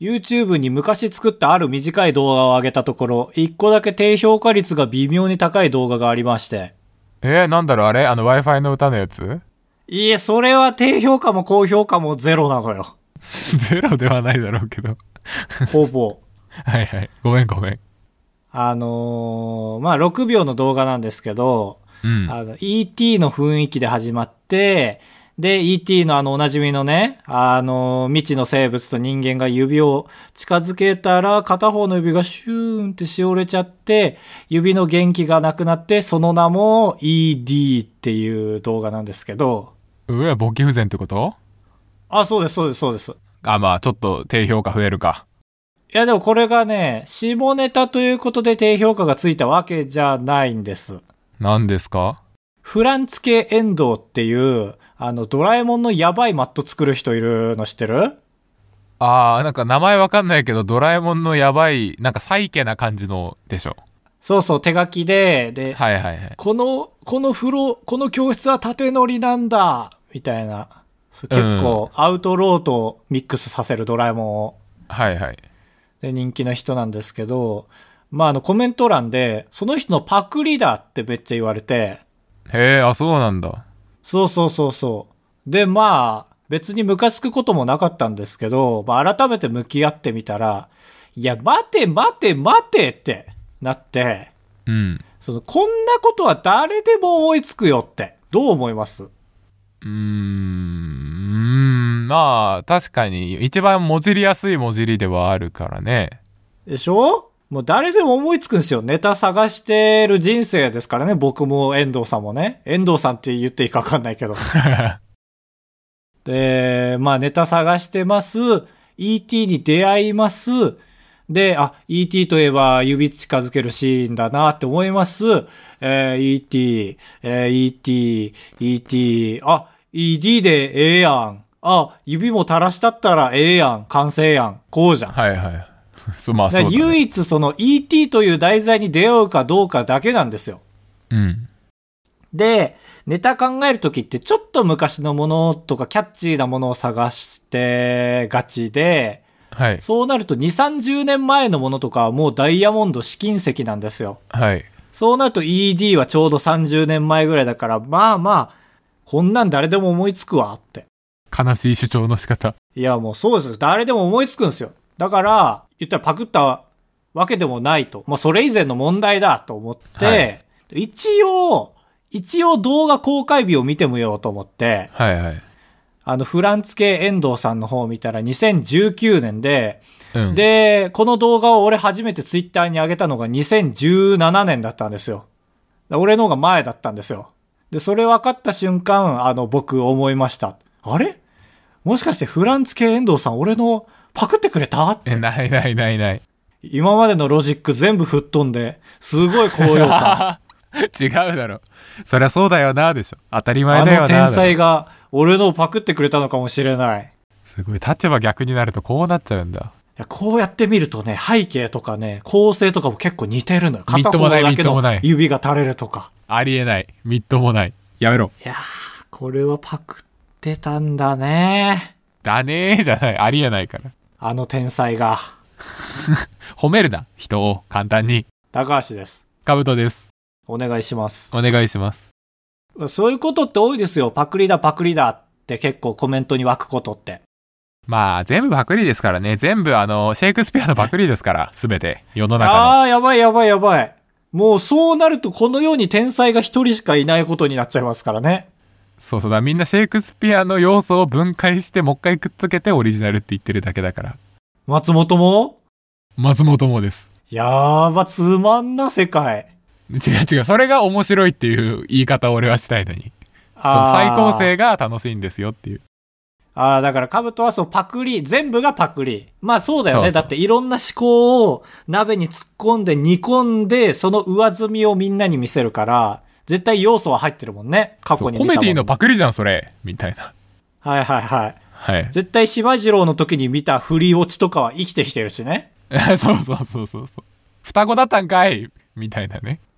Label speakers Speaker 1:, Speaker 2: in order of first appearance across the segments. Speaker 1: YouTube に昔作ったある短い動画を上げたところ、一個だけ低評価率が微妙に高い動画がありまして。
Speaker 2: えー、なんだろうあれあの Wi-Fi の歌のやつ
Speaker 1: いいえ、それは低評価も高評価もゼロなのよ。
Speaker 2: ゼロではないだろうけど。
Speaker 1: ほぼ。
Speaker 2: はいはい。ごめんごめん。
Speaker 1: あのーまあ、6秒の動画なんですけど、
Speaker 2: うん。
Speaker 1: あの、ET の雰囲気で始まって、で、ET のあの、おなじみのね、あの、未知の生物と人間が指を近づけたら、片方の指がシューンってしおれちゃって、指の元気がなくなって、その名も ED っていう動画なんですけど、
Speaker 2: うわ、勃起不全ってこと
Speaker 1: あ、そうです、そうです、そうです。
Speaker 2: あ、まあ、ちょっと低評価増えるか。
Speaker 1: いや、でもこれがね、下ネタということで低評価がついたわけじゃないんです。
Speaker 2: 何ですか
Speaker 1: フランツ系エンドウっていう、あの、ドラえもんのやばいマット作る人いるの知ってる
Speaker 2: あー、なんか名前わかんないけど、ドラえもんのやばい、なんかサイケな感じのでしょ。
Speaker 1: そうそう、手書きで、で、
Speaker 2: はいはいはい。
Speaker 1: この、この風呂、この教室は縦乗りなんだ、みたいな。そう
Speaker 2: うん
Speaker 1: 結構、アウトローとミックスさせるドラえもんを。
Speaker 2: はいはい。
Speaker 1: で、人気の人なんですけど、まあ、あの、コメント欄で、その人のパクリだってめっちゃ言われて、
Speaker 2: へえ、あ、そうなんだ。
Speaker 1: そうそうそうそう。で、まあ、別にムカつくこともなかったんですけど、まあ、改めて向き合ってみたら、いや、待て待て待てってなって、
Speaker 2: うん。
Speaker 1: その、こんなことは誰でも思いつくよって、どう思います
Speaker 2: うーん、うーん、まあ、確かに、一番もじりやすいもじりではあるからね。
Speaker 1: でしょもう誰でも思いつくんですよ。ネタ探してる人生ですからね、僕も遠藤さんもね。遠藤さんって言っていいかわかんないけど。で、まあネタ探してます。ET に出会います。で、あ、ET といえば指近づけるシーンだなって思います。えー ET、えー ET、ET、あ、ED でええやん。あ、指も垂らしたったらええやん。完成やん。こうじゃん。
Speaker 2: はいはい。 そう、まあ
Speaker 1: だ
Speaker 2: そう
Speaker 1: か
Speaker 2: だ、
Speaker 1: ら
Speaker 2: ね。
Speaker 1: 唯一その ET という題材に出会うかどうかだけなんですよ。
Speaker 2: うん。
Speaker 1: で、ネタ考えるときってちょっと昔のものとかキャッチーなものを探してがちで、
Speaker 2: はい。
Speaker 1: そうなると2、30年前のものとかはもうダイヤモンド試金石なんですよ。
Speaker 2: はい。
Speaker 1: そうなると ED はちょうど30年前ぐらいだから、まあまあ、こんなん誰でも思いつくわって。
Speaker 2: 悲しい主張の仕方。
Speaker 1: いやもうそうですよ。誰でも思いつくんですよ。だから、言ったらパクったわけでもないと。まあそれ以前の問題だと思って、
Speaker 2: はい
Speaker 1: 一応、一応動画公開日を見てみようと思って、
Speaker 2: はいはい。
Speaker 1: あのフランツ系遠藤さんの方を見たら2019年で、
Speaker 2: うん。
Speaker 1: で、この動画を俺初めてツイッターに上げたのが2017年だったんですよ。だ俺の方が前だったんですよ。で、それ分かった瞬間、あの、僕思いました。あれもしかしてフランツ系遠藤さん俺のパクってくれた
Speaker 2: え、ないないないない。
Speaker 1: 今までのロジック全部吹っ飛んで、すごい高揚感。
Speaker 2: 違うだろ。そりゃそうだよな、でしょ。当たり前
Speaker 1: あ
Speaker 2: だ
Speaker 1: の
Speaker 2: よな。
Speaker 1: 天
Speaker 2: だろ
Speaker 1: 才が俺のをパクってくれたのかもしれない。
Speaker 2: すごい。立場逆になるとこうなっちゃうんだ。
Speaker 1: いやこうやって見るとね、背景とかね、構成とかも結構似てるのよ。
Speaker 2: みっ
Speaker 1: 片
Speaker 2: と
Speaker 1: 方
Speaker 2: もない
Speaker 1: だけ
Speaker 2: みっと
Speaker 1: の
Speaker 2: もない
Speaker 1: 指が垂れるとか。
Speaker 2: ありえない。みっともない。やめろ。
Speaker 1: いやー、これはパクってたんだね。
Speaker 2: だねーじゃない。ありえないから。
Speaker 1: あの天才が。
Speaker 2: 褒めるな。人を簡単に。
Speaker 1: 高橋です。
Speaker 2: カブトです。
Speaker 1: お願いします。
Speaker 2: お願いします。
Speaker 1: そういうことって多いですよ。パクリだ、パクリだって結構コメントに湧くことって。
Speaker 2: まあ、全部パクリですからね。全部あの、シェイクスピアのパクリですから。すべて。世の中の。
Speaker 1: あー、やばいやばいやばい。もうそうなるとこのように天才が一人しかいないことになっちゃいますからね。
Speaker 2: そうそうだ。みんなシェイクスピアの要素を分解して、もう一回くっつけてオリジナルって言ってるだけだから。
Speaker 1: 松本も
Speaker 2: 松本もです。
Speaker 1: やーば、つまんな世界。
Speaker 2: 違う違う。それが面白いっていう言い方を俺はしたいのに。そう
Speaker 1: あー
Speaker 2: 再構成が楽しいんですよっていう。
Speaker 1: ああ、だから、カブトはそう、パクリ、全部がパクリ。まあそうだよね。
Speaker 2: そうそう
Speaker 1: だっていろんな思考を鍋に突っ込んで煮込んで、その上積みをみんなに見せるから、絶対要素は入ってるもんね。過
Speaker 2: そ
Speaker 1: 去
Speaker 2: う
Speaker 1: に
Speaker 2: コ
Speaker 1: 見たも
Speaker 2: メ
Speaker 1: の
Speaker 2: ディのパクリじゃん、それ。みたいな。
Speaker 1: はいはいはい。
Speaker 2: はい。
Speaker 1: 絶対、島次郎の時に見た振り落ちとかは生きてきてるしね。
Speaker 2: そうそうそうそうそう。双子だったんかいみたいなね。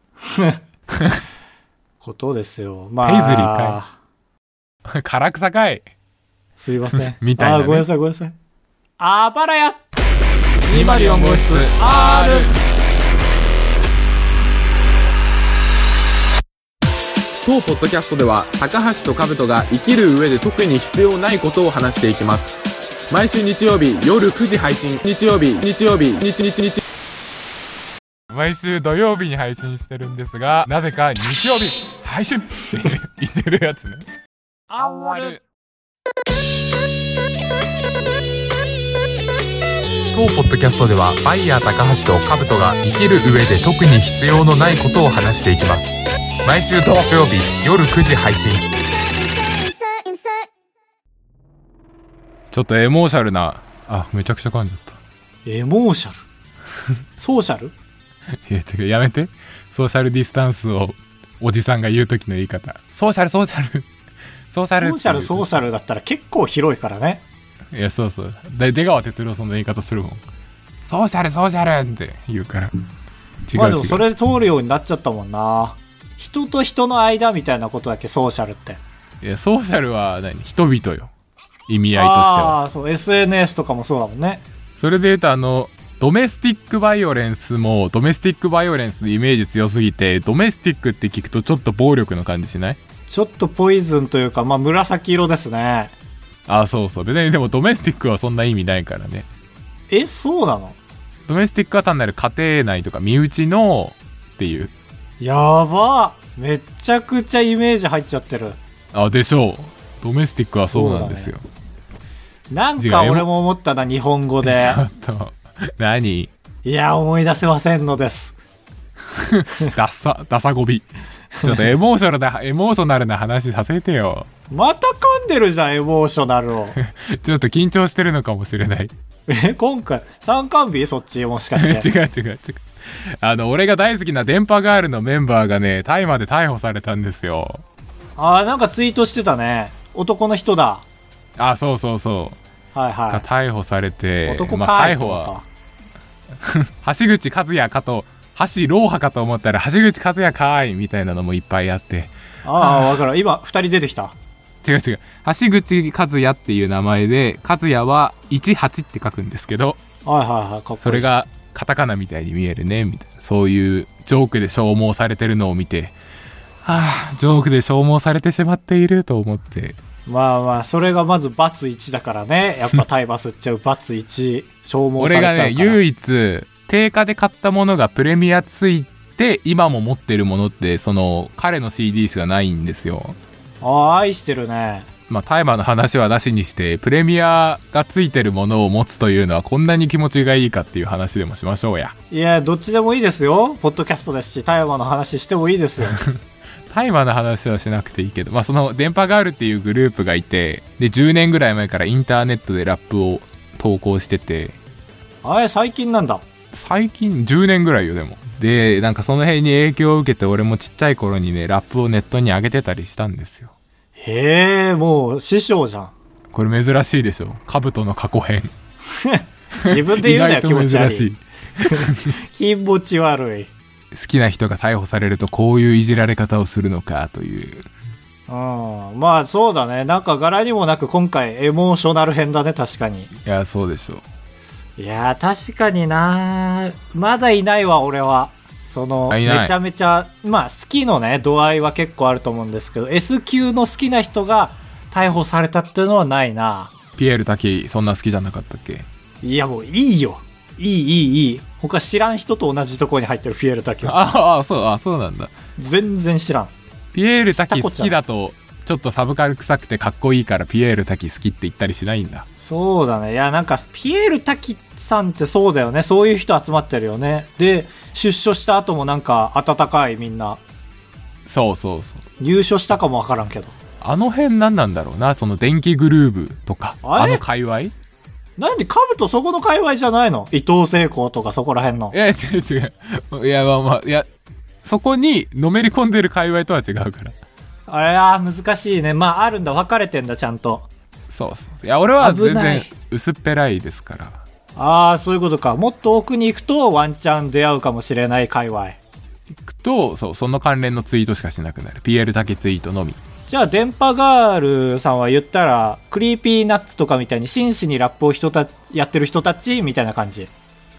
Speaker 1: ことですよ。まあ。
Speaker 2: ペイズリーか唐草かい
Speaker 1: すいません
Speaker 2: 。みたいなね
Speaker 1: あーごめんなさいごめんなさい。あばらや
Speaker 2: 204号室 R
Speaker 3: 当ポッドキャストでは高橋と兜が生きる上で特に必要ないことを話していきます毎週日曜日夜9時配信日曜日日曜日日日日
Speaker 2: 毎週土曜日に配信してるんですがなぜか日曜日配信 って言ってるやつね R 当ポッドキャストではバイヤー高橋とカブトが生きる上で特に必要のないことを話していきます毎週土曜日夜9時配信
Speaker 4: insert, insert.
Speaker 2: ちょっとエモーシャルなあめちゃくちゃ感じた
Speaker 1: エモーシャルソーシャル
Speaker 2: いやてかやめてソーシャルディスタンスをおじさんが言う時の言い方ソーシャルソーシャルソーシ
Speaker 1: ソ
Speaker 2: ャル
Speaker 1: ーシャルソーシャルだったら結構広いからね
Speaker 2: いやそうそうで出川哲朗その言い方するもんソーシャルソーシャルって言うから違う違う、
Speaker 1: まあでもそれで通るようになっちゃったもんな人と人の間みたいなことだっけソーシャルって
Speaker 2: いやソーシャルは何人々よ意味合いとしては
Speaker 1: ああーそう SNS とかもそうだもんね
Speaker 2: それで言うとあのドメスティックバイオレンスもドメスティックバイオレンスのイメージ強すぎてドメスティックって聞くとちょっと暴力の感じしない
Speaker 1: ちょっとポイズンというかまあ紫色ですね
Speaker 2: あそうそう別にでもドメスティックはそんな意味ないからね
Speaker 1: えそうなの
Speaker 2: ドメスティックは単なる家庭内とか身内のっていう
Speaker 1: やばめちゃくちゃイメージ入っちゃってる
Speaker 2: あでしょうドメスティックはそうなんですよ、
Speaker 1: なん
Speaker 2: 違う
Speaker 1: か
Speaker 2: よ
Speaker 1: 俺も思ったな日本語で
Speaker 2: ちょっと何
Speaker 1: いや思い出せませんのです
Speaker 2: ダサダサゴビちょっとエモーショナルなエモーショナルな話させてよ
Speaker 1: また噛んでるじゃんエモーショナ ルを
Speaker 2: ちょっと緊張してるのかもしれない
Speaker 1: え今回三冠日そっちもしか
Speaker 2: 違う
Speaker 1: して
Speaker 2: 違う違うあの俺が大好きな電波ガールのメンバーがね大麻で逮捕されたんですよ
Speaker 1: ああなんかツイートしてたね男の人だ
Speaker 2: あそうそうそう
Speaker 1: はいは
Speaker 2: が
Speaker 1: い
Speaker 2: 逮捕されて
Speaker 1: 男
Speaker 2: まあ
Speaker 1: かい
Speaker 2: 逮
Speaker 1: と
Speaker 2: 捕
Speaker 1: 思った、
Speaker 2: は橋口和也かと橋ローハかと思ったら橋口和也かーいみたいなのもいっぱいあって
Speaker 1: ああ分かる今二人出てきた
Speaker 2: 違う違う橋口和也っていう名前で和也は18って書くんですけど
Speaker 1: はいはいはいかっこいい
Speaker 2: それがカタカナみたいに見えるねみたいなそういうジョークで消耗されてるのを見てああジョークで消耗されてしまっていると思って
Speaker 1: まあまあそれがまずバツ1だからねやっぱタイバスっちゃうバツ1消耗さ
Speaker 2: 俺
Speaker 1: れちゃ
Speaker 2: が
Speaker 1: うから
Speaker 2: ね唯一定価で買ったものがプレミアついて今も持ってるものってその彼の CD しかないんですよ
Speaker 1: ああ愛してるね
Speaker 2: まあ、タイマーの話はなしにしてプレミアがついてるものを持つというのはこんなに気持ちがいいかっていう話でもしましょうや
Speaker 1: いやどっちでもいいですよポッドキャストですしタイマーの話してもいい ですよ
Speaker 2: タイマーの話はしなくていいけど、まあ、その電波ガールっていうグループがいてで10年ぐらい前からインターネットでラップを投稿してて
Speaker 1: あれ最近なんだ
Speaker 2: 最近10年ぐらいよでもでなんかその辺に影響を受けて俺もちっちゃい頃にねラップをネットに上げてたりしたんですよ
Speaker 1: へえもう師匠じゃん
Speaker 2: これ珍しいでしょ兜の過去編
Speaker 1: 自分で言う なよ気持ち悪い
Speaker 2: しい
Speaker 1: 気持ち悪い
Speaker 2: 好きな人が逮捕されるとこういういじられ方をするのかという
Speaker 1: うんまあそうだねなんか柄にもなく今回エモーショナル編だね確かに
Speaker 2: いやそうでしょう
Speaker 1: いやー確かになまだいないわ俺はその
Speaker 2: あいない
Speaker 1: めちゃめちゃまあ好きのね度合いは結構あると思うんですけど S 級の好きな人が逮捕されたっていうのはないな
Speaker 2: ピエール滝そんな好きじゃなかったっけ
Speaker 1: いやもういいよいいいいいい他知らん人と同じところに入ってるピエール 滝は
Speaker 2: ああそうあそうなんだ
Speaker 1: 全然知らん
Speaker 2: ピエール滝
Speaker 1: 知った
Speaker 2: 好
Speaker 1: こっちゃな
Speaker 2: きだとちょっとサブカル臭くてかっこいいからピエール滝好きって言ったりしないんだ
Speaker 1: そうだねいやなんかピエール滝さんってそうだよねそういう人集まってるよねで出所した後もなんか温かいみんな
Speaker 2: そうそうそう
Speaker 1: 入所したかもわからんけど
Speaker 2: あの辺何なんだろうなその電気グルーブとか
Speaker 1: あ
Speaker 2: あ
Speaker 1: れ
Speaker 2: の界隈い
Speaker 1: なんで、カブとそこの界隈じゃないの伊藤聖光とかそこら辺の。
Speaker 2: や違う違ういやまあまあいやそこにのめり込んでる界隈とは違うから
Speaker 1: あれは難しいね。まあ、あるんだ。分かれてんだ、ちゃんと。
Speaker 2: そうそうそういや俺は全
Speaker 1: 危な
Speaker 2: 然
Speaker 1: い
Speaker 2: 薄っぺらいですから
Speaker 1: ああ、そういうことか。もっと奥に行くとワンチャン出会うかもしれない界隈。
Speaker 2: 行くとそうその関連のツイートしかしなくなる PL だけツイートのみ
Speaker 1: じゃあ、電波ガールさんは言ったら、クリーピーナッツとかみたいに真摯にラップを人たやってる人たちみたいな感じ。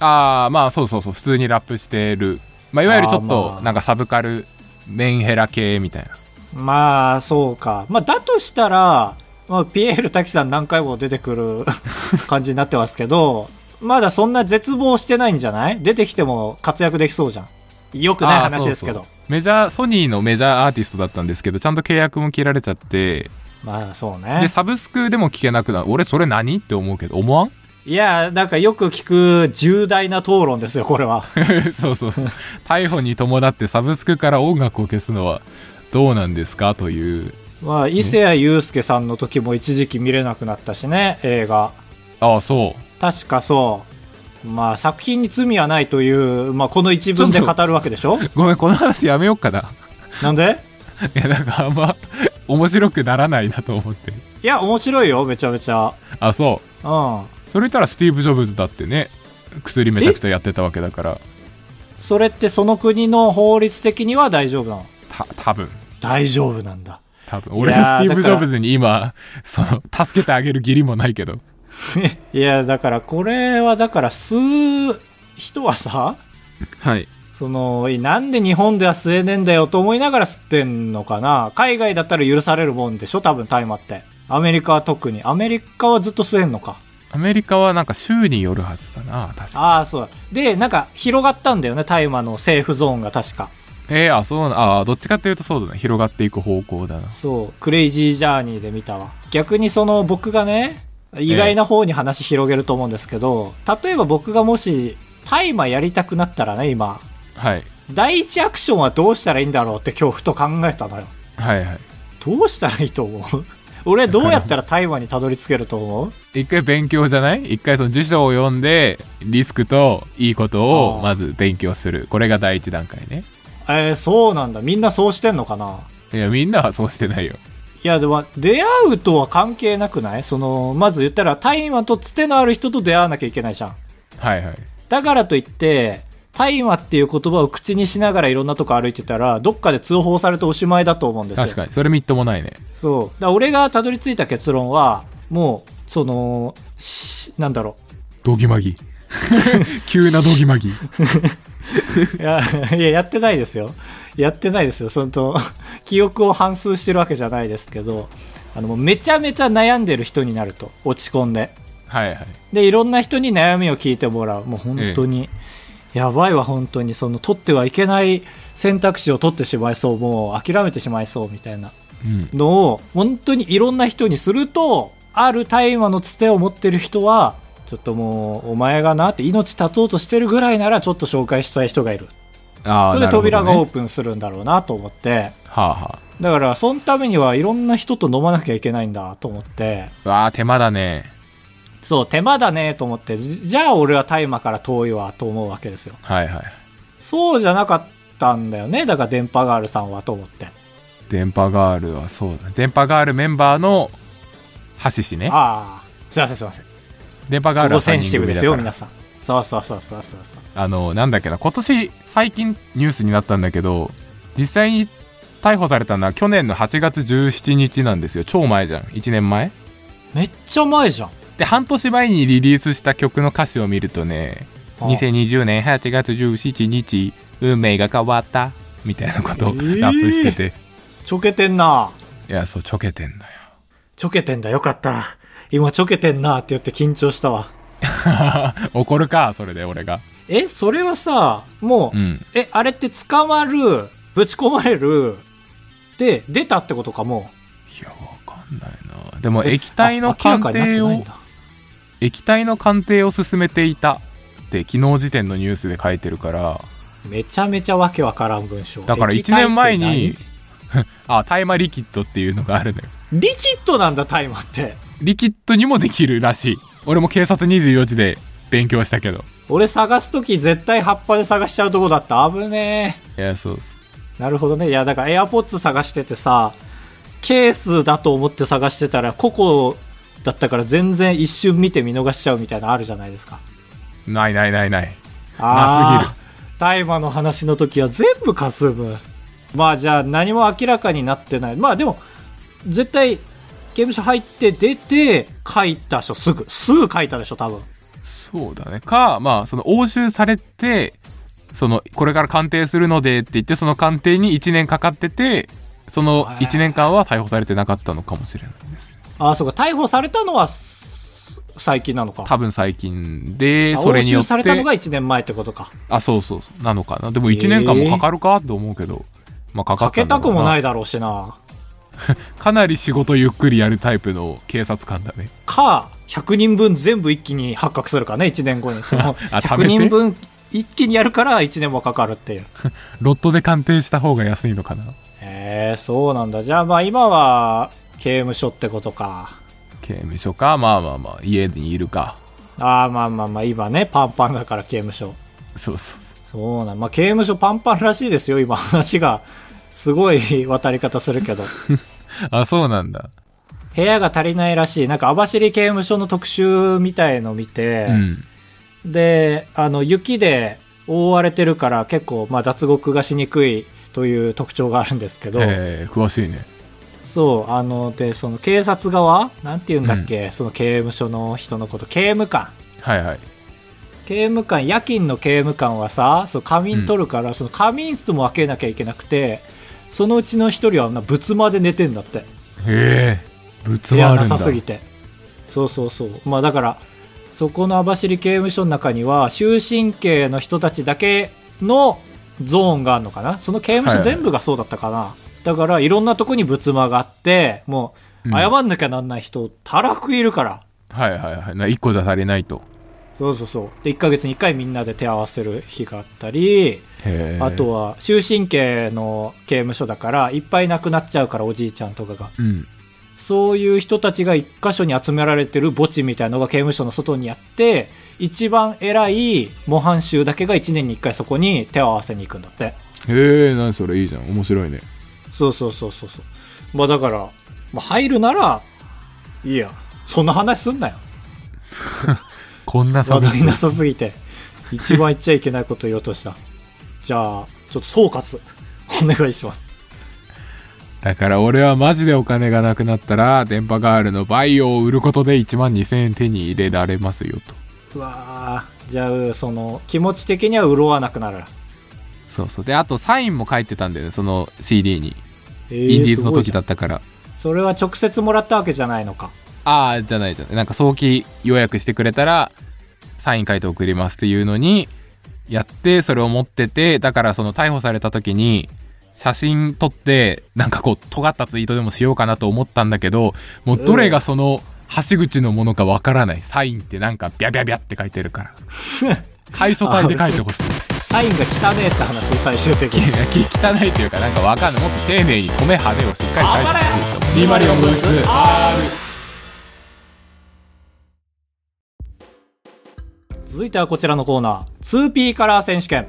Speaker 2: ああまあそうそうそう普通にラップしてる、まあ、いわゆるち
Speaker 1: あ
Speaker 2: ょっ
Speaker 1: ーま
Speaker 2: と
Speaker 1: あ
Speaker 2: なんかサブカルメンヘラ系みたいな
Speaker 1: まあ、そうか。まあ、だとしたら、まあ、ピエール滝さん何回も出てく る感じになってますけど、まだそんな絶望してないんじゃない出てきても活躍できそうじゃん。よくない
Speaker 2: あー
Speaker 1: 話ですけど。
Speaker 2: そうそうメジャーソニーのメジャーアーティストだったんですけどちゃんと契約も切られちゃって
Speaker 1: まあ、そう
Speaker 2: で
Speaker 1: ね。
Speaker 2: サブスクでも聞けなくなる俺それ何って思うけど思わん
Speaker 1: いや、なんかよく聞く重大な討論ですよ、これ は。
Speaker 2: そうそうそう逮捕に伴ってサブスクから音楽を消すのはどうなんですかという
Speaker 1: まあ、伊勢谷友介さんの時も一時期見れなくなったしね、映画。
Speaker 2: ああそう
Speaker 1: 確かそう。まあ、作品に罪はないという、まあ、この一文で語るわけでしょ
Speaker 2: ごめんこの話やめようかな
Speaker 1: なん で
Speaker 2: いやなんかあんま面白くならないなと思って
Speaker 1: いや、面白いよ、めちゃめちゃ。
Speaker 2: あそう
Speaker 1: うん。
Speaker 2: それ言ったらスティーブ・ジョブズだってね薬めちゃくちゃやってたわけだから
Speaker 1: それってその国の法律的には大丈夫なの
Speaker 2: た多分
Speaker 1: 大丈夫なんだ。
Speaker 2: 多分俺
Speaker 1: いや
Speaker 2: は
Speaker 1: ー
Speaker 2: スティ
Speaker 1: だ
Speaker 2: ーブ・
Speaker 1: か
Speaker 2: ジ
Speaker 1: ら
Speaker 2: ョブズに今その助けてあげる義理もないけど
Speaker 1: いや、だからこれは、だから吸う人はさ、
Speaker 3: はい
Speaker 1: その、なんで日本では吸えねえんだよと思いながら吸ってんのかな海外だったら許されるもんでしょ多分大麻って。アメリカは特に。アメリカはずっと吸えんのか。
Speaker 2: アメリカはなんか州によるはずだな確か
Speaker 1: ああ、そうだ。で、なんか広がったんだよね、大麻のセーフゾーンが確か。
Speaker 2: えー、あそうなあーどっちかっていうとそうだね広がっていく方向だな
Speaker 1: そう、クレイジージャーニーで見たわ。逆にその僕がね、意外な方に話広げると思うんですけど、例えば僕がもし、大麻やりたくなったらね、今、
Speaker 2: はい
Speaker 1: 第一アクションはどうしたらいいんだろうって今日ふと考えたのよ。
Speaker 2: はいはい
Speaker 1: どうしたらいいと思う 俺どうやったら大麻にたどり着けると思う
Speaker 2: 一回勉強じゃない一回その辞書を読んでリスクといいこと
Speaker 1: あ
Speaker 2: を
Speaker 1: ー
Speaker 2: まず勉強するこれが第一段階ね
Speaker 1: えー、そうなんだ。みんなそうしてんのかない
Speaker 2: やみんなはそうしてないよ
Speaker 1: いや、でも、出会うとは関係なくないその、まず言ったら、大麻とつてのある人と出会わなきゃいけないじゃん。
Speaker 2: はいはい
Speaker 1: だからといって、大麻っていう言葉を口にしながらいろんなとこ歩いてたら、どっかで通報されておしまいだと思うんですよ。
Speaker 2: 確かにそれみっともないね
Speaker 1: そう。だから俺がたどり着いた結論は、もう、その、しなんだろ
Speaker 2: ドギマギ 急なドギマギ
Speaker 1: う。いや、 いや、やってないですよ。やってないですよ。その、記憶を反数してるわけじゃないですけど、あの、もうめちゃめちゃ悩んでる人になると。落ち込んで。
Speaker 2: はいはい
Speaker 1: で、いろんな人に悩みを聞いてもらう。もう本当に、やばいわ、本当に。その、取ってはいけない選択肢を取ってしまいそう。もう諦めてしまいそう、みたいな
Speaker 2: うん
Speaker 1: のを、本当にいろんな人にすると、ある大麻のつてを持ってる人は、ちょっともう、お前がなって命絶とうとしてるぐらいなら、ちょっと紹介したい人がいる。そ
Speaker 2: ああ
Speaker 1: れで扉がオー
Speaker 2: は
Speaker 1: プンするんだろうなと思って。
Speaker 2: あは
Speaker 1: だから、そのためにはいろんな人と飲まなきゃいけないんだと思って。
Speaker 2: あわあ手間だね
Speaker 1: そう、手間だねと思って、じじゃあ俺は大麻から遠いわと思うわけですよ。
Speaker 2: はいはい
Speaker 1: そうじゃなかったんだよね、だから電波ガールさんはと思って。
Speaker 2: 電波ガールはそうだ電波ガールメンバーのハシシね
Speaker 1: ああ、すいませんすいません。
Speaker 2: 電波ガー
Speaker 1: こ
Speaker 2: ル
Speaker 1: こ
Speaker 2: は
Speaker 1: センシティブですよ、皆
Speaker 2: 三人組だか
Speaker 1: さん。そうそうそうそうそうそう。
Speaker 2: らあのなんだっけな今年最近ニュースになったんだけど実際に逮捕されたのは去年の8月17日なんですよ超前じゃん1年前
Speaker 1: めっちゃ前じゃん。
Speaker 2: で半年前にリリースした曲の歌詞を見るとね
Speaker 1: ああ
Speaker 2: 2020年8月17日運命が変わったみたいなことを
Speaker 1: えー
Speaker 2: ラップしてて、
Speaker 1: ちょけてんな。
Speaker 2: いやそうちょけてんだよ
Speaker 1: ちょけてんだ、よかった。今ちょけてんなって言って緊張したわ。
Speaker 2: 怒るかそれで俺が
Speaker 1: え、それはさ、もう、
Speaker 2: うん
Speaker 1: え、あれって捕まる、ぶち込まれる、で、出たってことかも
Speaker 2: いやわかんないなでも
Speaker 1: う。
Speaker 2: 液体の
Speaker 1: あ明ら
Speaker 2: 鑑
Speaker 1: かになっ
Speaker 2: 定
Speaker 1: てないん
Speaker 2: を
Speaker 1: だ
Speaker 2: 液体の鑑定を進めていたって昨日時点のニュースで書いてるから
Speaker 1: めちゃめちゃわけわからん文章
Speaker 2: だから
Speaker 1: 液体
Speaker 2: 1
Speaker 1: って
Speaker 2: 年前に
Speaker 1: 何
Speaker 2: あ大麻リキッドっていうのがあるのよ
Speaker 1: リキッドなんだ大麻って
Speaker 2: リキッドにもできるらしい俺も警察24時で勉強したけど
Speaker 1: 俺探す時絶対葉っぱで探しちゃうとこだった危ね
Speaker 2: いやそうそう
Speaker 1: えなるほどねいやだから AirPods 探しててさケースだと思って探してたら個々だったから全然一瞬見て見逃しちゃうみたいなのあるじゃないですか
Speaker 2: ないないないないな
Speaker 1: ああ大麻の話の時は全部かすむまあじゃあ何も明らかになってないまあでも絶対刑務所入って出て書いたでしょすぐすぐ書いたでしょ多分
Speaker 2: そうだねかまあその押収されてそのこれから鑑定するのでって言ってその鑑定に1年かかっててその1年間は逮捕されてなかったのかもしれないです
Speaker 1: あ、そうか。逮捕されたのは、す最近なのか。
Speaker 2: 多分最近で
Speaker 1: あ
Speaker 2: それによっ
Speaker 1: 押収されたのが
Speaker 2: て
Speaker 1: 1年前ってことか。
Speaker 2: あそうそうそうなのかなでも1年間もかかるかと思うけど、まあかか
Speaker 1: か
Speaker 2: った
Speaker 1: け
Speaker 2: んだ
Speaker 1: た
Speaker 2: ろ
Speaker 1: く
Speaker 2: う
Speaker 1: もないだろうしな。
Speaker 2: かなり仕事ゆっくりやるタイプの警察官だね
Speaker 1: か、100人分全部一気に発覚するかね、1年後に。その
Speaker 2: あ貯
Speaker 1: 100
Speaker 2: めて
Speaker 1: 人分一気にやるから1年もかかるっていう。
Speaker 2: ロットで鑑定した方が安いのかな
Speaker 1: へえ、そうなんだ。じゃあまあ今は刑務所ってことか。
Speaker 2: 刑務所かまあまあまあ家にいるか
Speaker 1: ああまあまあまあ今ね、パンパンだから刑務所。
Speaker 2: そうそうそう
Speaker 1: そうなん、まあ刑務所パンパンらしいですよ、今話が。すごい渡り方するけど。
Speaker 2: あそうなんだ
Speaker 1: 部屋が足りないらしい。なんか網走刑務所の特集みたいの見て、
Speaker 2: うん
Speaker 1: で、あの、雪で覆われてるから結構、まあ脱獄がしにくいという特徴があるんですけど、
Speaker 2: えー、詳しいね
Speaker 1: そう、あの、で、その警察側、なんて言うんだっけ、その刑務所の人のこと、刑務官。
Speaker 2: はいはい
Speaker 1: 刑務官、夜勤の刑務官はさ、そう仮眠取るから、その仮眠室も開けなきゃいけなくて、そのうちの一人はな仏間で寝てんだって。
Speaker 2: へえ仏
Speaker 1: 部
Speaker 2: は
Speaker 1: 屋
Speaker 2: ある
Speaker 1: なん
Speaker 2: だ
Speaker 1: さすぎて。そうそうそう。まあだから、そこの網走刑務所の中には、終身刑の人たちだけのゾーンがあるのかな。その刑務所
Speaker 2: はいはい
Speaker 1: 全部がそうだったかな。だから、いろんなとこに仏間があって、もう、
Speaker 2: うん
Speaker 1: 謝んなきゃなんない人、たらふくいるから。
Speaker 2: はいはいはいな1個じゃ足りないと
Speaker 1: そうそうそう。で、1ヶ月に1回みんなで手合わせる日があったり、
Speaker 2: へえ
Speaker 1: あとは終身刑の刑務所だからいっぱい亡くなっちゃうからおじいちゃんとかが
Speaker 2: うん
Speaker 1: そういう人たちが一箇所に集められてる墓地みたいのが刑務所の外にあって一番偉い模範囚だけが1年に1回そこに手を合わせに行くんだって
Speaker 2: へえ何それいいじゃん面白いね
Speaker 1: そうそうそうそうそうまあだから、まあ、入るならいいやそんな話すんなよ
Speaker 2: こんな
Speaker 1: 話
Speaker 2: 寒
Speaker 1: 題
Speaker 2: い
Speaker 1: なさすぎて 一番言っちゃいけないこと言おうとしたじゃあちょっと総括お願いします
Speaker 2: だから俺はマジでお金がなくなったら電波ガールのバイオを売ることで1万2000円手に入れられますよ
Speaker 1: う
Speaker 2: と
Speaker 1: わーじゃあその気持ち的には潤わなくなる、
Speaker 2: そうそうであとサインも書いてたんだよねその CD に
Speaker 1: え
Speaker 2: インディーズの時
Speaker 1: すご
Speaker 2: だ
Speaker 1: い
Speaker 2: ったから
Speaker 1: じゃんそれは直接もらったわけじゃないのか
Speaker 2: ああじゃないじゃないなんか早期予約してくれたらサイン書いて送りますっていうのにやってそれを持っててだからその逮捕された時に写真撮ってなんかこう尖ったツイートでもしようかなと思ったんだけどもうどれがその橋口のものかわからないサインってなんかビャビャビャって書いてるから楷書体で書いてほしい
Speaker 1: サインが汚ねえって話最終的
Speaker 2: い
Speaker 1: に
Speaker 2: や汚いというかなんかわかんないもっと丁寧に止め跳ねをしっかり書いてほしい D マリオンブース
Speaker 1: 続いてはこちらのコーナー 2P カラー選手権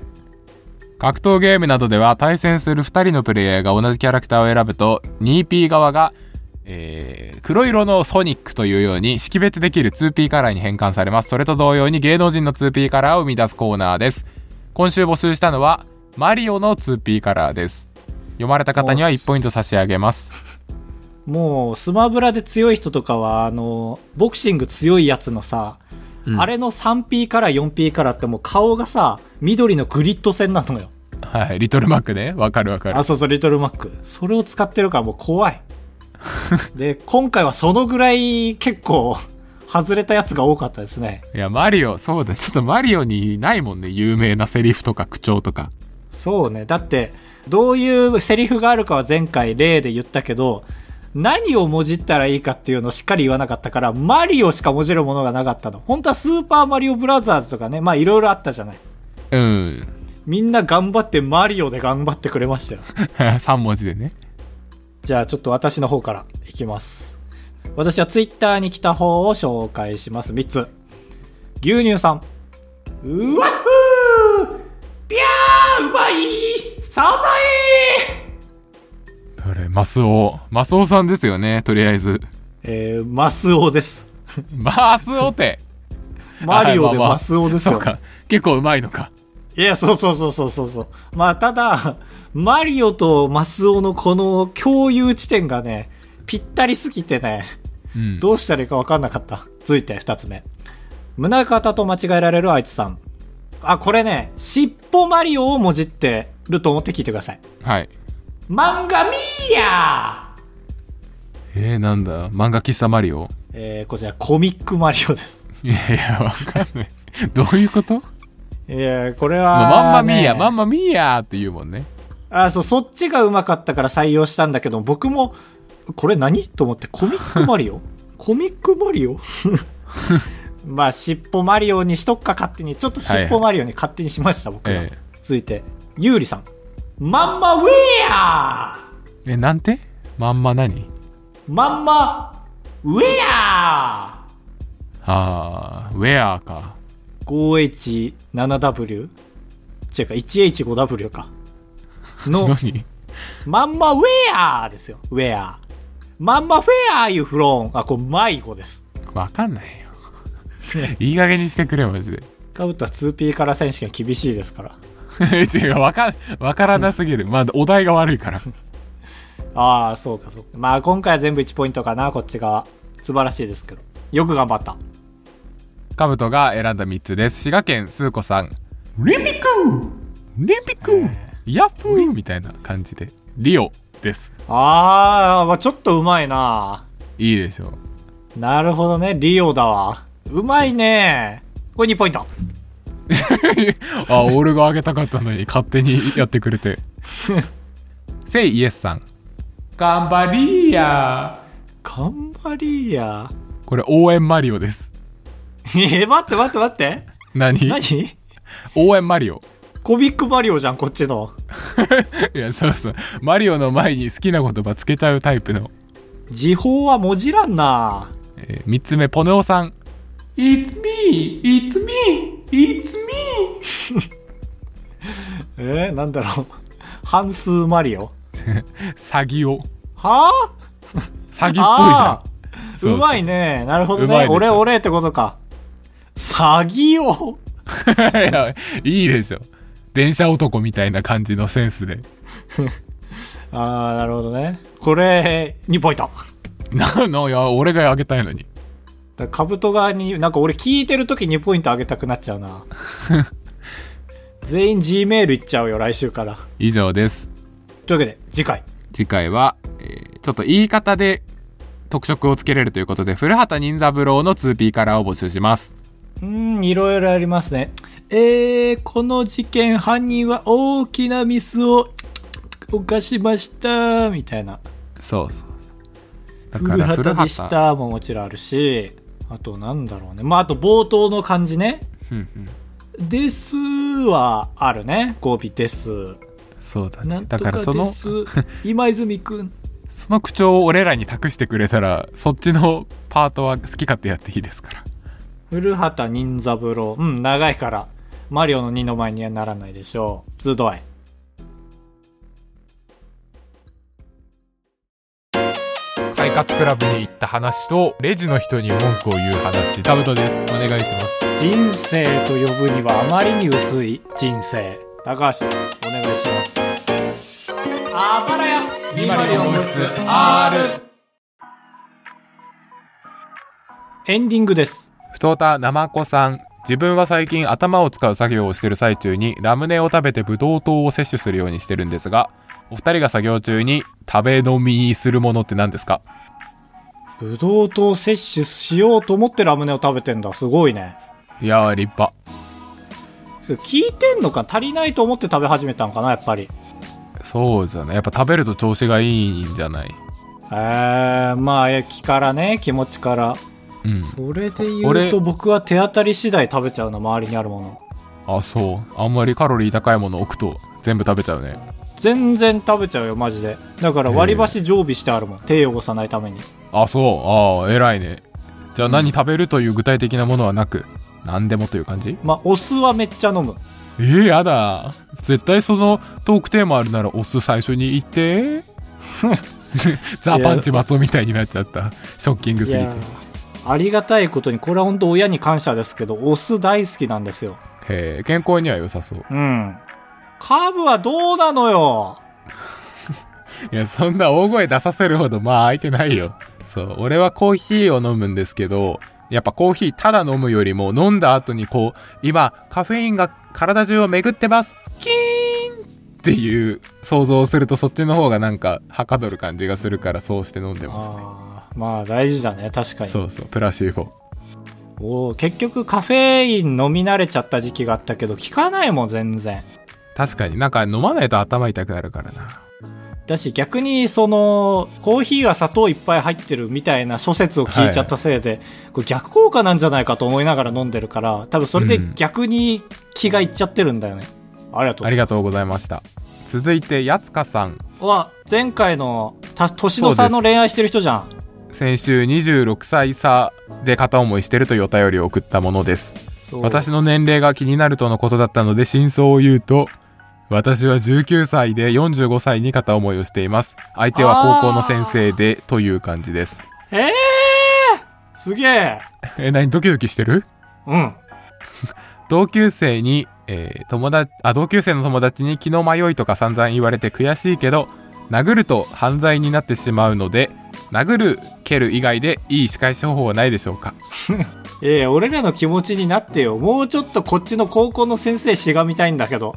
Speaker 2: 格闘ゲームなどでは対戦する2人のプレイヤーが同じキャラクターを選ぶと 2P 側が、えー黒色のソニックというように識別できる 2P カラーに変換されますそれと同様に芸能人の 2P カラーを生み出すコーナーです今週募集したのはマリオの 2P カラーです読まれた方には1ポイント差し上げます
Speaker 1: もうスマブラで強い人とかはあのボクシング強いやつのさ、
Speaker 2: うん
Speaker 1: あれの 3P から 4P からってもう顔がさ緑のグリッド線なのよ
Speaker 2: はいリトルマックねわかるわかる
Speaker 1: あそうそうリトルマックそれを使ってるからもう怖いで今回はそのぐらい結構外れたやつが多かったですね
Speaker 2: いやマリオそうだちょっとマリオにないもんね有名なセリフとか口調とか
Speaker 1: そうねだってどういうセリフがあるかは前回例で言ったけど何をもじったらいいかっていうのをしっかり言わなかったからマリオしかもじるものがなかったの本当はスーパーマリオブラザーズとかねまあいろいろあったじゃない
Speaker 2: うん
Speaker 1: みんな頑張ってマリオで頑張ってくれましたよ
Speaker 2: 3文字でね
Speaker 1: じゃあちょっと私の方からいきます。私はツイッターに来た方を紹介します。3つ。牛乳さん。うわっふーぴゃーうまいサザエー
Speaker 2: あれ、マスオ。マスオさんですよね、とりあえず。
Speaker 1: えー、マスオです。
Speaker 2: マスオって。
Speaker 1: マリオで
Speaker 2: あまあまあ
Speaker 1: マスオです
Speaker 2: そ
Speaker 1: よ。
Speaker 2: うか。結構うまいのか。
Speaker 1: いや、そうそうそうそうそうそう。まあ、ただ、マリオとマスオのこの共有地点がね、ぴったりすぎてね、
Speaker 2: うん。
Speaker 1: どうしたらいいか分かんなかった。続いて2つ目。宗方と間違えられるあいつさん。あ、これね、尻尾マリオをもじってると思って聞いてください。
Speaker 2: はい
Speaker 1: 漫画ミーヤー
Speaker 2: えー、なんだ漫画喫茶マリオ
Speaker 1: えー、こちらコミックマリオです。
Speaker 2: いやいやわかんないどういうこと
Speaker 1: えー、これは、
Speaker 2: まあマンマミーヤ
Speaker 1: ね
Speaker 2: マンマミーヤーって言うもんね
Speaker 1: あ、そう、そっちがうまかったから採用したんだけど、僕も、これ何と思って、コミックマリ オコミックマリオ まあ、尻尾マリオにしとっか、勝手に。ちょっと尻尾マリオに勝手にしました、僕が。
Speaker 2: ええ
Speaker 1: 続いて、ゆうりさん。まんまウェア
Speaker 2: えなんてまんま何
Speaker 1: まんまウェア
Speaker 2: あーウェアーか
Speaker 1: 5H7W? 違うか、1H5W か。 の、
Speaker 2: 何
Speaker 1: まんまウェアですよ。ウェア。まんまフェアーユフローン。あ、これ迷子です。
Speaker 2: わか んないよいい加減にしてくれマジで
Speaker 1: カウトは 2P から選手権厳しいですから。
Speaker 2: 違うわかわからなすぎるまあお題が悪いから
Speaker 1: ああ、そうかそうか。まあ今回は全部1ポイントかな、こっち側。素晴らしいですけど。よく頑張った。
Speaker 2: カブトが選んだ3つです。滋賀県スーコさん。リンピックリンピックヤッフーみたいな感じで。リオです。
Speaker 1: ああ、まあちょっとうまいな。
Speaker 2: いいでしょう。
Speaker 1: なるほどね。リオだわ。うまいね。これ2ポイント。
Speaker 2: あ、俺があげたかったのに勝手にやってくれ て。セイイエスさん。頑張りーや
Speaker 1: 頑張りや。
Speaker 2: これ応援マリオです。
Speaker 1: え、待って待って待って。
Speaker 2: 何
Speaker 1: 何
Speaker 2: 応援マリオ。
Speaker 1: コミックマリオじゃん、こっちの。
Speaker 2: いや、そうそう。マリオの前に好きな言葉つけちゃうタイプの。
Speaker 1: 時報はもじらんな。
Speaker 2: え3つ目、ポネオさん。It's me! It's me! It's me!
Speaker 1: えー、なんだろう。半数マリオ。
Speaker 2: 詐欺を
Speaker 1: はあ
Speaker 2: 詐欺っぽいじゃ
Speaker 1: あ
Speaker 2: ん
Speaker 1: あ
Speaker 2: そうそう
Speaker 1: うまいね。なるほど
Speaker 2: うまい
Speaker 1: ね。
Speaker 2: ですよ
Speaker 1: 俺、俺ってことか。詐欺を
Speaker 2: いやいいでしょ電車男みたいな感じのセンスで
Speaker 1: ああ、なるほどね。これ、2ポイント。
Speaker 2: なのいや俺があげたいのに
Speaker 1: だカブト側に、なんか俺聞いてるとき2ポイントあげたくなっちゃう な。全員 G メールいっちゃうよ、来週から。
Speaker 2: 以上です
Speaker 1: というわけで、次回。
Speaker 2: 次回は、えーちょっと言い方で特色をつけれるということで古畑任三郎の 2P カラーを募集します
Speaker 1: うーん、いろいろありますね。えー、この事件、犯人は大きなミスを犯しました、みたいな。
Speaker 2: そうそうだか
Speaker 1: 古
Speaker 2: ら古
Speaker 1: 畑で
Speaker 2: 畑
Speaker 1: したももちろんあるし、あとなんだろうね。まあ、あと冒頭の感じね。
Speaker 2: うんうん
Speaker 1: ですはあるね。語尾です。
Speaker 2: そうだ
Speaker 1: な
Speaker 2: ね
Speaker 1: んと
Speaker 2: だ
Speaker 1: か
Speaker 2: からそ
Speaker 1: で
Speaker 2: の
Speaker 1: す。今泉くん。
Speaker 2: その口調を俺らに託してくれたらそっちのパートは好き勝手やっていいですから
Speaker 1: 古畑任三郎。うん、長いから。マリオの2の前にはならないでしょう。ズドアイ。
Speaker 2: 快活クラブに行った話とレジの人に文句を言う話タブトですお願いします
Speaker 1: 人生と呼ぶにはあまりに薄い人生高橋ですお願いしますあばらやエンディングです
Speaker 2: ふとたなまこさん自分は最近頭を使う作業をしている最中にラムネを食べてブドウ糖を摂取するようにしてるんですがお二人が作業中に食べ飲みするものって何ですか
Speaker 1: ブドウ糖を摂取しようと思ってラムネを食べてんだすごいね
Speaker 2: いやー立派
Speaker 1: 聞いてんのか足りないと思って食べ始めたのかなやっぱり
Speaker 2: そうじゃないやっぱ食べると調子がいいんじゃない
Speaker 1: えー、まあ気からね気持ちから
Speaker 2: うん
Speaker 1: それで言う
Speaker 2: 俺
Speaker 1: と僕は手当たり次第食べちゃうな周りにあるもの
Speaker 2: あそうあんまりカロリー高いもの置くと全部食べちゃうね
Speaker 1: 全然食べちゃうよマジでだから割り箸常備してあるもん手汚さないために
Speaker 2: あそうああ偉いねじゃあ何食べるという具体的なものはなく何でもという感じ
Speaker 1: まあ、お酢はめっちゃ飲む。
Speaker 2: えー、やだ絶対そのトークテーマあるならお酢最初に言って ザ・パンチ松尾みたいになっちゃったショッキング
Speaker 1: い
Speaker 2: すぎて
Speaker 1: やー、ありがたいことに、これは本当親に感謝ですけど、お酢大好きなんですよ。
Speaker 2: へえ健康には良さそう
Speaker 1: うん。カブはどうなのよ
Speaker 2: いやそんな大声出させるほどまあ空いてないよそう俺はコーヒーを飲むんですけどやっぱコーヒーただ飲むよりも飲んだ後にこう、今、カフェインが体中を巡ってますキーンっていう想像をするとそっちの方がなんか、はかどる感じがするからそうして飲んでますね。
Speaker 1: あーまあ大事だね確かに
Speaker 2: そうそう、プラシーボ。
Speaker 1: おー結局カフェイン飲み慣れちゃった時期があったけど効かないもん全然
Speaker 2: 確かになんか飲まないと頭痛くなるからな。
Speaker 1: だし逆にそのコーヒーが砂糖いっぱい入ってるみたいな諸説を聞いちゃったせいで、これ逆効果なんじゃないかと思いながら飲んでるから多分それで逆に気がいっちゃってるんだよね、ありがとう
Speaker 2: ありがとうございました。続いて、やつかさん。
Speaker 1: は前回のた年の差
Speaker 2: そ
Speaker 1: の
Speaker 2: うで
Speaker 1: 恋愛してる人じゃん
Speaker 2: 先週26歳差で片思いしてるというお便りを送ったものです。
Speaker 1: そう
Speaker 2: 私の年齢が気になるとのことだったので真相を言うと私は19歳で45歳に片思いをしています相手は高校の先生でという感じです
Speaker 1: ええー、すげえ
Speaker 2: え何ドキドキしてる
Speaker 1: うん
Speaker 2: 同級生に、えー友達あ同級生の友達に気の迷いとか散々言われて悔しいけど殴ると犯罪になってしまうので殴る蹴る以外でいい仕返し方法はないでしょうか
Speaker 1: ええ俺らの気持ちになってよもうちょっとこっちの高校の先生しがみたいんだけど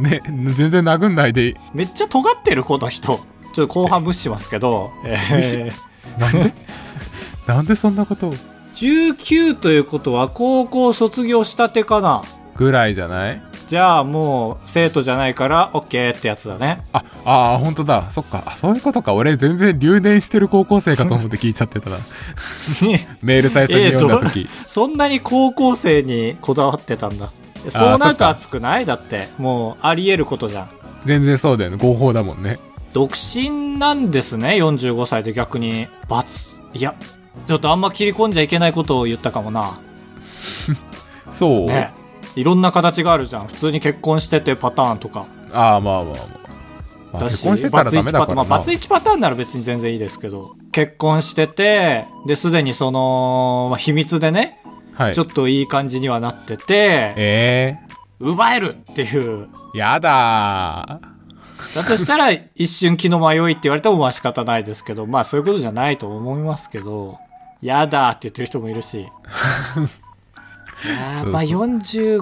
Speaker 2: ね全然殴んないでいい
Speaker 1: めっちゃ尖ってるこの人ちょっと後半無視しますけど、えー
Speaker 2: 無視なんで なんでそんなことを
Speaker 1: 19ということは高校卒業したてかな
Speaker 2: ぐらいじゃない
Speaker 1: じゃあもう生徒じゃないから OK ってやつだね
Speaker 2: ああー本当だそっかあそういうことか俺全然留年してる高校生かと思って聞いちゃっ てたなメール最初に読んだ時、
Speaker 1: そんなに高校生にこだわってたんだそうな
Speaker 2: そ
Speaker 1: る
Speaker 2: っ
Speaker 1: と
Speaker 2: か
Speaker 1: 熱くないだってもうありえることじゃん
Speaker 2: 全然そうだよね合法だもんね
Speaker 1: 独身なんですね45歳で逆に罰いやちょっとあんま切り込んじゃいけないことを言ったかもな
Speaker 2: そう、
Speaker 1: ねいろんな形があるじゃん普通に結婚しててパターンとか
Speaker 2: ああまあまあまあ、まあ、
Speaker 1: だ
Speaker 2: 結
Speaker 1: し
Speaker 2: 婚してたらダメだからな、
Speaker 1: バツイチパターンまあバツイチパターンなら別に全然いいですけど、結婚してて、で、すでにその、まあ秘密でね、
Speaker 2: はい
Speaker 1: ちょっといい感じにはなってて、
Speaker 2: え
Speaker 1: 奪えるっていう。
Speaker 2: ー、やだー
Speaker 1: だとしたら、一瞬気の迷いって言われてもまあ仕方ないですけど、まあそういうことじゃないと思いますけど、やだって言ってる人もいる し。いや
Speaker 2: そ
Speaker 1: ー
Speaker 2: うそう
Speaker 1: まあ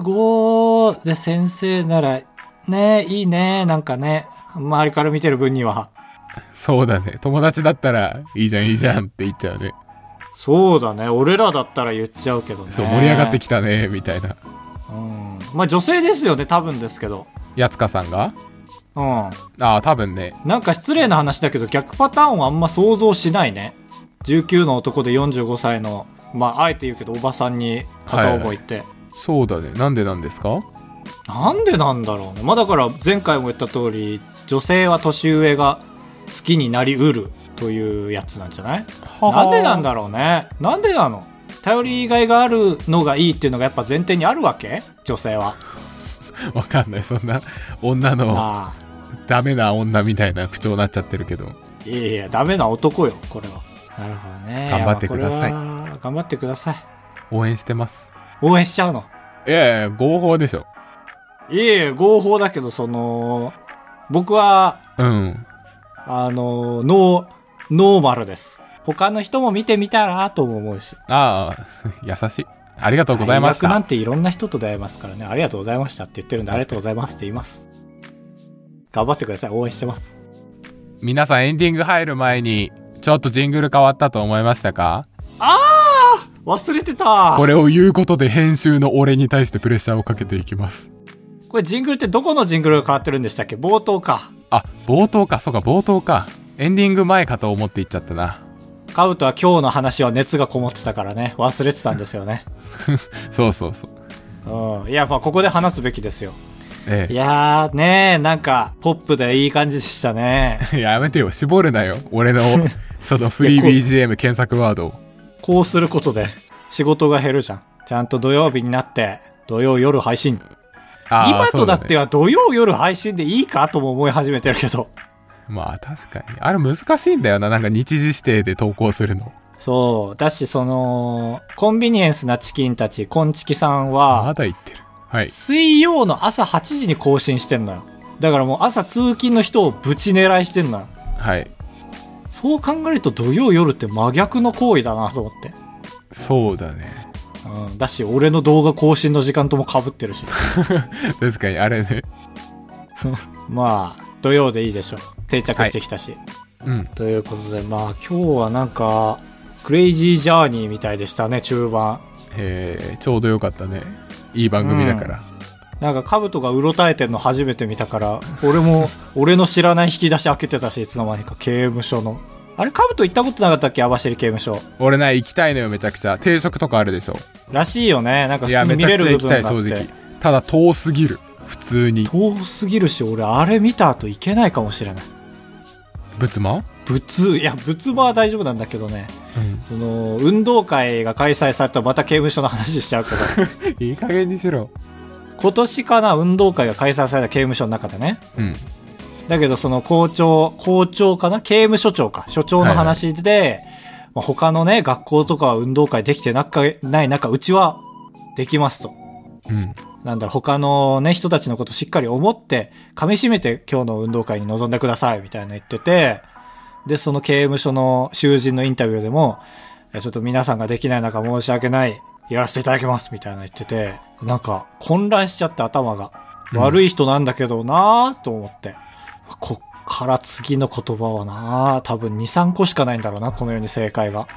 Speaker 1: 45で先生なら、ねいいね、なんかね、周りから見てる分には。
Speaker 2: そうだね友達だったらいいじゃんいいじゃんって言っちゃうね
Speaker 1: そうだね俺らだったら言っちゃうけどね
Speaker 2: そう盛り上がってきたねみたいな
Speaker 1: うんまあ女性ですよね多分ですけど
Speaker 2: やつかさんが
Speaker 1: うん
Speaker 2: ああ多分ね
Speaker 1: なんか失礼な話だけど逆パターンはあんま想像しないね19の男で45歳のまああえて言うけどおばさんに片思いって、
Speaker 2: そうだねなんでなんですか
Speaker 1: なんでなんだろうねまあだから前回も言った通り女性は年上が好きになりうるというやつなんじゃないなんでなんだろうねなんでなの頼りがいがあるのがいいっていうのがやっぱ前提にあるわけ女性は
Speaker 2: わかんないそんな女の
Speaker 1: あ
Speaker 2: ダメな女みたいな口調になっちゃってるけど
Speaker 1: あいやいやダメな男よこれはなるほどね
Speaker 2: 頑張ってください
Speaker 1: やまあこれは頑張ってください
Speaker 2: 応援してます
Speaker 1: 応援しちゃうの
Speaker 2: いやいや合法でしょ
Speaker 1: いえいえ合法だけどその僕は
Speaker 2: うん
Speaker 1: あのノーノーマルです他の人も見てみたらとも思うし
Speaker 2: あ あ優しいありがとうございまし
Speaker 1: 大学な
Speaker 2: た
Speaker 1: んていろんな人と出会えますからねありがとうございましたって言ってるんでありがとうございますって言います頑張ってください応援してます
Speaker 2: 皆さんエンディング入る前にちょっとジングル変わったと思いましたか
Speaker 1: 忘れてた
Speaker 2: これを言うことで編集の俺に対してプレッシャーをかけていきます
Speaker 1: これジングルってどこのジングルが変わってるんでしたっけ冒頭か
Speaker 2: あ冒頭かそうか冒頭かエンディング前かと思って言っちゃったな
Speaker 1: カウトは今日の話は熱がこもってたからね忘れてたんですよね
Speaker 2: そうそうそう
Speaker 1: うんいやまあここで話すべきですよ
Speaker 2: え
Speaker 1: いやーねーなんかポップでいい感じでしたね
Speaker 2: えやめてよ絞るなよ俺 のそのフリー
Speaker 1: いやこう
Speaker 2: BGM 検索ワードを
Speaker 1: こうすることで仕事が減るじゃんちゃんと土曜日になって土曜夜配信
Speaker 2: あー
Speaker 1: 今
Speaker 2: そ
Speaker 1: と
Speaker 2: う
Speaker 1: だ
Speaker 2: だ
Speaker 1: っ
Speaker 2: ね
Speaker 1: ては土曜夜配信でいいかとも思い始めてるけど
Speaker 2: まあ確かにあれ難しいんだよななんか日時指定で投稿するの
Speaker 1: そうだしそのコンビニエンスなチキンたちコンチキさんは
Speaker 2: まだ言ってるはい
Speaker 1: 水曜の朝8時に更新してんのよだからもう朝通勤の人をぶち狙いしてんのよ
Speaker 2: はい
Speaker 1: そう考えると土曜夜って真逆の行為だなと思って
Speaker 2: そうだね。
Speaker 1: うん、だし、俺の動画更新の時間とも被ってるし。
Speaker 2: 確かに、あれね。
Speaker 1: まあ、土曜でいいでしょう。定着してきたし。
Speaker 2: うん。
Speaker 1: ということで、まあ今日はなんか、クレイジージャーニーみたいでしたね、中盤。
Speaker 2: えー、ちょうどよかったね。いい番組だから。
Speaker 1: なんか、カブトがうろたえてんの初めて見たから、俺 も、俺の知らない引き出し開けてたし、いつの間にか刑務所の。あれ、カブト行ったことなかったっけ網走刑務所。
Speaker 2: 俺ね、行きたいのよ、めちゃくちゃ。定食とかあるでしょ。
Speaker 1: らしいよね。なんか、
Speaker 2: い
Speaker 1: 普
Speaker 2: や、
Speaker 1: 通に
Speaker 2: めち
Speaker 1: 見
Speaker 2: ゃく
Speaker 1: れ
Speaker 2: ちゃ
Speaker 1: る部
Speaker 2: 行きた
Speaker 1: 分
Speaker 2: い、
Speaker 1: が
Speaker 2: 正
Speaker 1: あっ
Speaker 2: 直
Speaker 1: て。。
Speaker 2: ただ、遠すぎる。普通に。
Speaker 1: 遠すぎるし、俺、あれ見た後行けないかもしれない。
Speaker 2: 仏間
Speaker 1: 仏、いや、仏場は大丈夫なんだけどね。
Speaker 2: うん。
Speaker 1: その、運動会が開催されたらまた刑務所の話しちゃうけど。
Speaker 2: いい加減にしろ。
Speaker 1: 今年かな、運動会が開催された刑務所の中でね。
Speaker 2: うん。
Speaker 1: だけど、その校長、校長かな刑務所長か。所長の話で、まあ他のね、学校とかは運動会できてなかない中、うちはできますと。
Speaker 2: うん。
Speaker 1: なんだろう、他のね、人たちのことしっかり思って、噛み締めて今日の運動会に臨んでください、みたいな言ってて、で、その刑務所の囚人のインタビューでも、えちょっと皆さんができない中申し訳ない、やらせていただきます、みたいな言ってて、なんか混乱しちゃって頭が。
Speaker 2: うん
Speaker 1: 悪い人なんだけどなぁと思って。こっから次の言葉はなぁ多分2、3個しかないんだろうな、この世に正解が。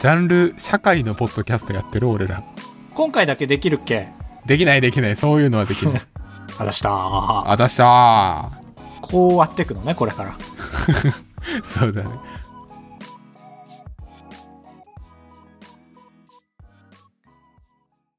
Speaker 2: ジャンル、社会のポッドキャストやってる俺ら。
Speaker 1: 今回だけできるっけ
Speaker 2: できない、できない。そういうのはでき ない。
Speaker 1: あだしたー。
Speaker 2: あ、出したー。
Speaker 1: こう割ってくのね、これから。
Speaker 2: そうだね。